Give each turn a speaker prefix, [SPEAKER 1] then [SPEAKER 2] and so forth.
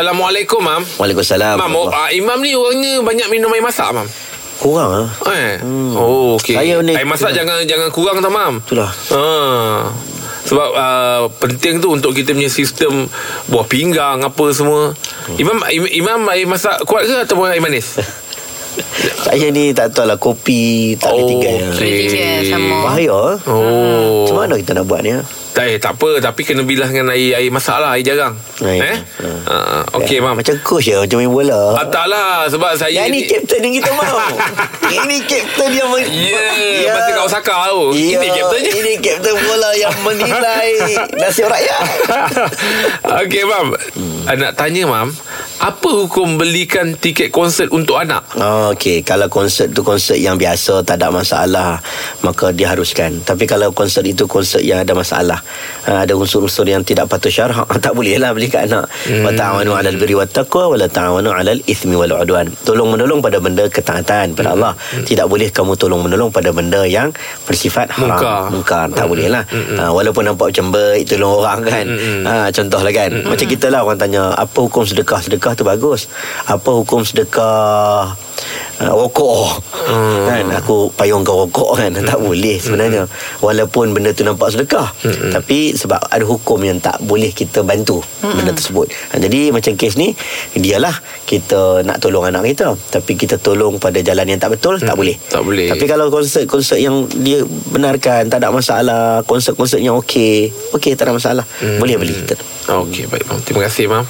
[SPEAKER 1] Assalamualaikum, Mam.
[SPEAKER 2] Waalaikumsalam.
[SPEAKER 1] Mam, oh, ah,
[SPEAKER 2] Allah.
[SPEAKER 1] Imam ni orangnya banyak minum air masak, Mam.
[SPEAKER 2] Kurang ah.
[SPEAKER 1] Eh. Oh, okey.
[SPEAKER 2] Saya ni-
[SPEAKER 1] Air masak jangan jangan kurang tau, Mam.
[SPEAKER 2] Itulah.
[SPEAKER 1] Ha. Sebab uh, penting tu untuk kita punya sistem buah pinggang apa semua.
[SPEAKER 2] Hmm.
[SPEAKER 1] Imam Im- Imam air masak kuat ke ataupun air manis?
[SPEAKER 2] Saya ni tak tahu lah kopi tak boleh tinggal.
[SPEAKER 1] Oh, okey.
[SPEAKER 2] Okay.
[SPEAKER 3] Boleh tinggal sama.
[SPEAKER 2] Bahaya. ah.
[SPEAKER 1] Oh.
[SPEAKER 2] Macam mana kita nak buat ni? ah?
[SPEAKER 1] Tak, eh, tak apa tapi kena bilas dengan air air masak lah air jarang.
[SPEAKER 2] Air.
[SPEAKER 1] Eh? Uh, okey, Mam.
[SPEAKER 2] Macam Ya, coach ya, macam main bola.
[SPEAKER 1] Ah, tak lah sebab saya
[SPEAKER 2] Yang ni kapten yang kita mau. Yang ni kapten yang men-
[SPEAKER 1] Ya, masa kat Osaka tu.
[SPEAKER 2] Ya,
[SPEAKER 1] Ini kaptennya.
[SPEAKER 2] Ini kapten bola yang menilai nasib rakyat.
[SPEAKER 1] Okey, Mam. Hmm. Nak tanya, Mam. Apa hukum belikan tiket konsert untuk anak?
[SPEAKER 2] Oh, Okey, kalau konsert tu konsert yang biasa tak ada masalah, maka diharuskan. Tapi kalau konsert itu konsert yang ada masalah, ha, ada unsur-unsur yang tidak patut syarak, tak bolehlah beli kat anak. Wa ta'awanu 'alal birri wat taqwa wa la ta'awanu 'alal ithmi wal 'udwan. Tolong menolong pada benda ketaatan pada Allah. Tidak boleh kamu tolong menolong pada benda yang bersifat haram.
[SPEAKER 1] Mungkar.
[SPEAKER 2] Mungkar, tak bolehlah. Ha, walaupun nampak macam baik tolong orang kan. Ha, contohlah kan. Macam kita lah orang tanya, apa hukum sedekah? Sedekah tu bagus. Apa hukum sedekah uh, rokok
[SPEAKER 1] Mm.
[SPEAKER 2] hmm. kan aku payung kau rokok kan tak boleh sebenarnya walaupun benda tu nampak sedekah hmm. tapi sebab ada hukum yang tak boleh kita bantu hmm. benda tersebut Ha, jadi macam kes ni dialah kita nak tolong anak kita tapi kita tolong pada jalan yang tak betul hmm. tak boleh
[SPEAKER 1] Tak boleh.
[SPEAKER 2] tapi kalau konsert-konsert yang dia benarkan tak ada masalah konsert-konsert yang okey okey tak ada masalah hmm. boleh beli
[SPEAKER 1] Okey, baik, Mam. Terima kasih, Mam.